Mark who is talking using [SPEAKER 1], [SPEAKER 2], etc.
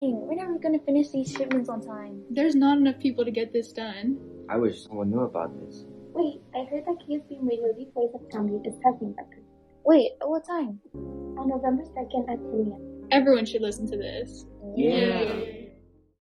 [SPEAKER 1] thing. We're never gonna finish these shipments on time.
[SPEAKER 2] There's not enough people to get this done.
[SPEAKER 3] I wish someone knew about this.
[SPEAKER 4] Wait, I heard that KSB Radio Replays of Comedy is testing records.
[SPEAKER 1] Wait, at what time?
[SPEAKER 4] On November 2nd at 10 a.m.
[SPEAKER 2] Everyone should listen to this.
[SPEAKER 3] Yeah.